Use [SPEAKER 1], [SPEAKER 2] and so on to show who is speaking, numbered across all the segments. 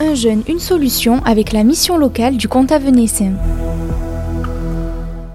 [SPEAKER 1] Un jeune, une solution avec la mission locale du comte Avenessin.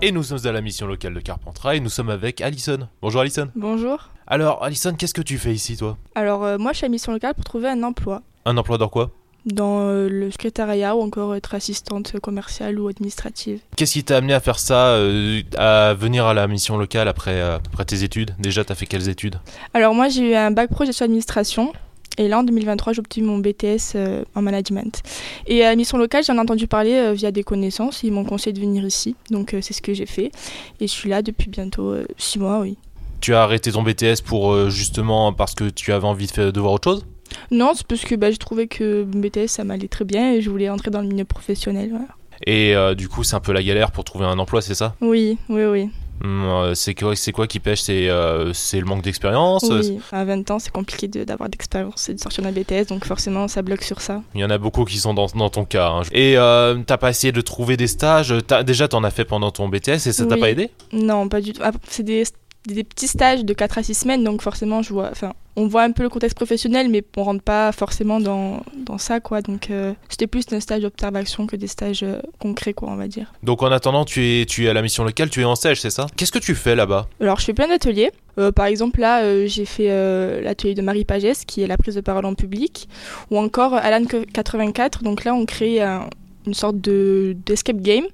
[SPEAKER 2] Et nous sommes à la mission locale de Carpentras et nous sommes avec Alison. Bonjour Alison.
[SPEAKER 3] Bonjour.
[SPEAKER 2] Alors Alison, qu'est-ce que tu fais ici toi
[SPEAKER 3] Alors euh, moi je suis à mission locale pour trouver un emploi
[SPEAKER 2] Un emploi dans quoi
[SPEAKER 3] dans euh, le secrétariat ou encore être assistante commerciale ou administrative.
[SPEAKER 2] Qu'est-ce qui t'a amené à faire ça, euh, à venir à la mission locale après, euh, après tes études Déjà, t'as fait quelles études
[SPEAKER 3] Alors moi j'ai eu un bac pro gestion administration et là en 2023 j'ai obtenu mon BTS euh, en management. Et à la mission locale j'en ai entendu parler euh, via des connaissances, ils m'ont conseillé de venir ici donc euh, c'est ce que j'ai fait et je suis là depuis bientôt 6 mois oui.
[SPEAKER 2] Tu as arrêté ton BTS pour euh, justement parce que tu avais envie de, faire- de voir autre chose
[SPEAKER 3] Non c'est parce que bah, j'ai trouvé que mon BTS ça m'allait très bien et je voulais entrer dans le milieu professionnel. voilà.
[SPEAKER 2] Et euh, du coup, c'est un peu la galère pour trouver un emploi, c'est ça
[SPEAKER 3] Oui, oui, oui.
[SPEAKER 2] Hum, euh, C'est quoi, c'est quoi qui pêche C'est euh, c'est le manque d'expérience
[SPEAKER 3] oui. À 20 ans c'est compliqué de- d'avoir d'expérience et de sortir d'un BTS donc forcément ça bloque sur ça.
[SPEAKER 2] Il y en a beaucoup qui sont dans, dans ton cas. hein. Et euh, t'as pas essayé de trouver des stages T'as- Déjà, t'en as fait pendant ton BTS et ça t'a
[SPEAKER 3] Oui.
[SPEAKER 2] pas aidé
[SPEAKER 3] Non, pas du tout. Ah, C'est des, des petits stages de 4 à 6 semaines, donc forcément, je vois, enfin, on voit un peu le contexte professionnel, mais on rentre pas forcément dans, dans ça, quoi. Donc, euh, c'était plus un stage d'observation que des stages euh, concrets, quoi, on va dire.
[SPEAKER 2] Donc en attendant, tu es, tu es à la mission locale, tu es en stage, c'est ça Qu'est-ce que tu fais là-bas
[SPEAKER 3] Alors, je fais plein d'ateliers. Euh, par exemple, là, euh, j'ai fait euh, l'atelier de Marie Pagès, qui est la prise de parole en public, ou encore euh, Alan que- 84. Donc là, on crée un- une sorte de d'escape game.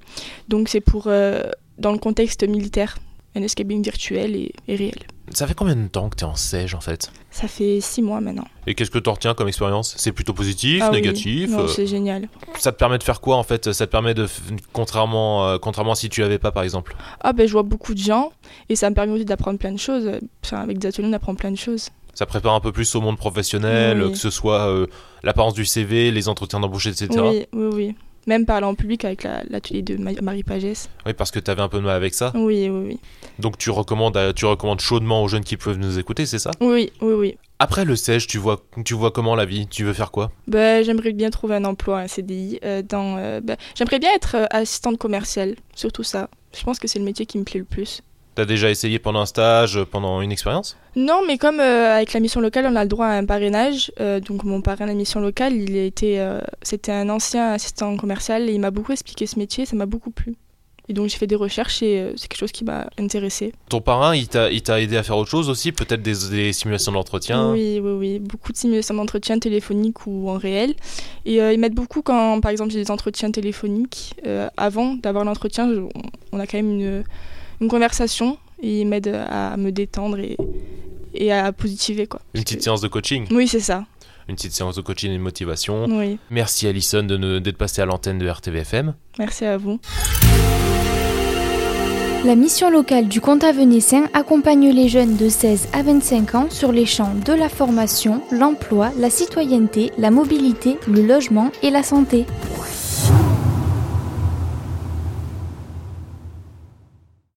[SPEAKER 3] Donc, c'est pour euh, dans le contexte militaire, un escape game virtuel et, et réel.
[SPEAKER 2] Ça fait combien de temps que tu es en stage en fait
[SPEAKER 3] Ça fait 6 mois maintenant.
[SPEAKER 2] Et qu'est-ce que t'en retiens comme expérience C'est plutôt positif,
[SPEAKER 3] Ah oui.
[SPEAKER 2] négatif
[SPEAKER 3] Non,
[SPEAKER 2] euh,
[SPEAKER 3] c'est génial.
[SPEAKER 2] Ça te permet de faire quoi en fait Ça te permet de, f- contrairement, euh, contrairement à si tu l'avais pas par exemple.
[SPEAKER 3] Ah ben je vois beaucoup de gens et ça me permet aussi d'apprendre plein de choses. Enfin, avec des ateliers on apprend plein de choses.
[SPEAKER 2] Ça prépare un peu plus au monde professionnel,
[SPEAKER 3] Oui.
[SPEAKER 2] euh, que ce soit euh, l'apparence du CV, les entretiens d'embauche, etc.
[SPEAKER 3] Oui, oui, oui. Même parler en public avec la- l'atelier de Ma- Marie Pagès.
[SPEAKER 2] Oui, parce que tu avais un peu de mal avec ça.
[SPEAKER 3] Oui, oui, oui.
[SPEAKER 2] Donc tu recommandes, à- tu recommandes chaudement aux jeunes qui peuvent nous écouter, c'est ça
[SPEAKER 3] Oui, oui, oui.
[SPEAKER 2] Après le stage, tu vois, tu vois comment la vie Tu veux faire quoi
[SPEAKER 3] Ben, j'aimerais bien trouver un emploi, un CDI. euh, dans, euh, ben, j'aimerais bien être euh, assistante commerciale, surtout ça. Je pense que c'est le métier qui me plaît le plus.
[SPEAKER 2] T'as déjà essayé pendant un stage, euh, pendant une expérience
[SPEAKER 3] Non, mais comme euh, avec la mission locale, on a le droit à un parrainage. euh, donc mon parrain à la mission locale, il était, euh, c'était un ancien assistant commercial et il m'a beaucoup expliqué ce métier, ça m'a beaucoup plu. Et donc j'ai fait des recherches et euh, c'est quelque chose qui m'a intéressée.
[SPEAKER 2] Ton parrain, il t'a il t'a aidé à faire autre chose aussi, peut-être des, des simulations d'entretien.
[SPEAKER 3] Oui, oui, oui, beaucoup de simulations d'entretien téléphonique ou en réel. Et euh, ils m'aident beaucoup quand, par exemple, j'ai des entretiens téléphoniques. Euh, avant d'avoir l'entretien, je- on- on a quand même une, une conversation et ils m'aident à me détendre et, et à positiver quoi.
[SPEAKER 2] Une petite séance de coaching,
[SPEAKER 3] Oui, c'est ça.
[SPEAKER 2] une petite séance de coaching et de motivation.
[SPEAKER 3] Oui.
[SPEAKER 2] Merci Alison de ne- d'être passée à l'antenne de RTVFM.
[SPEAKER 3] Merci à vous.
[SPEAKER 1] La mission locale du comte Avenessin accompagne les jeunes de 16 à 25 ans sur les champs de la formation, l'emploi, la citoyenneté, la mobilité, le logement et la santé.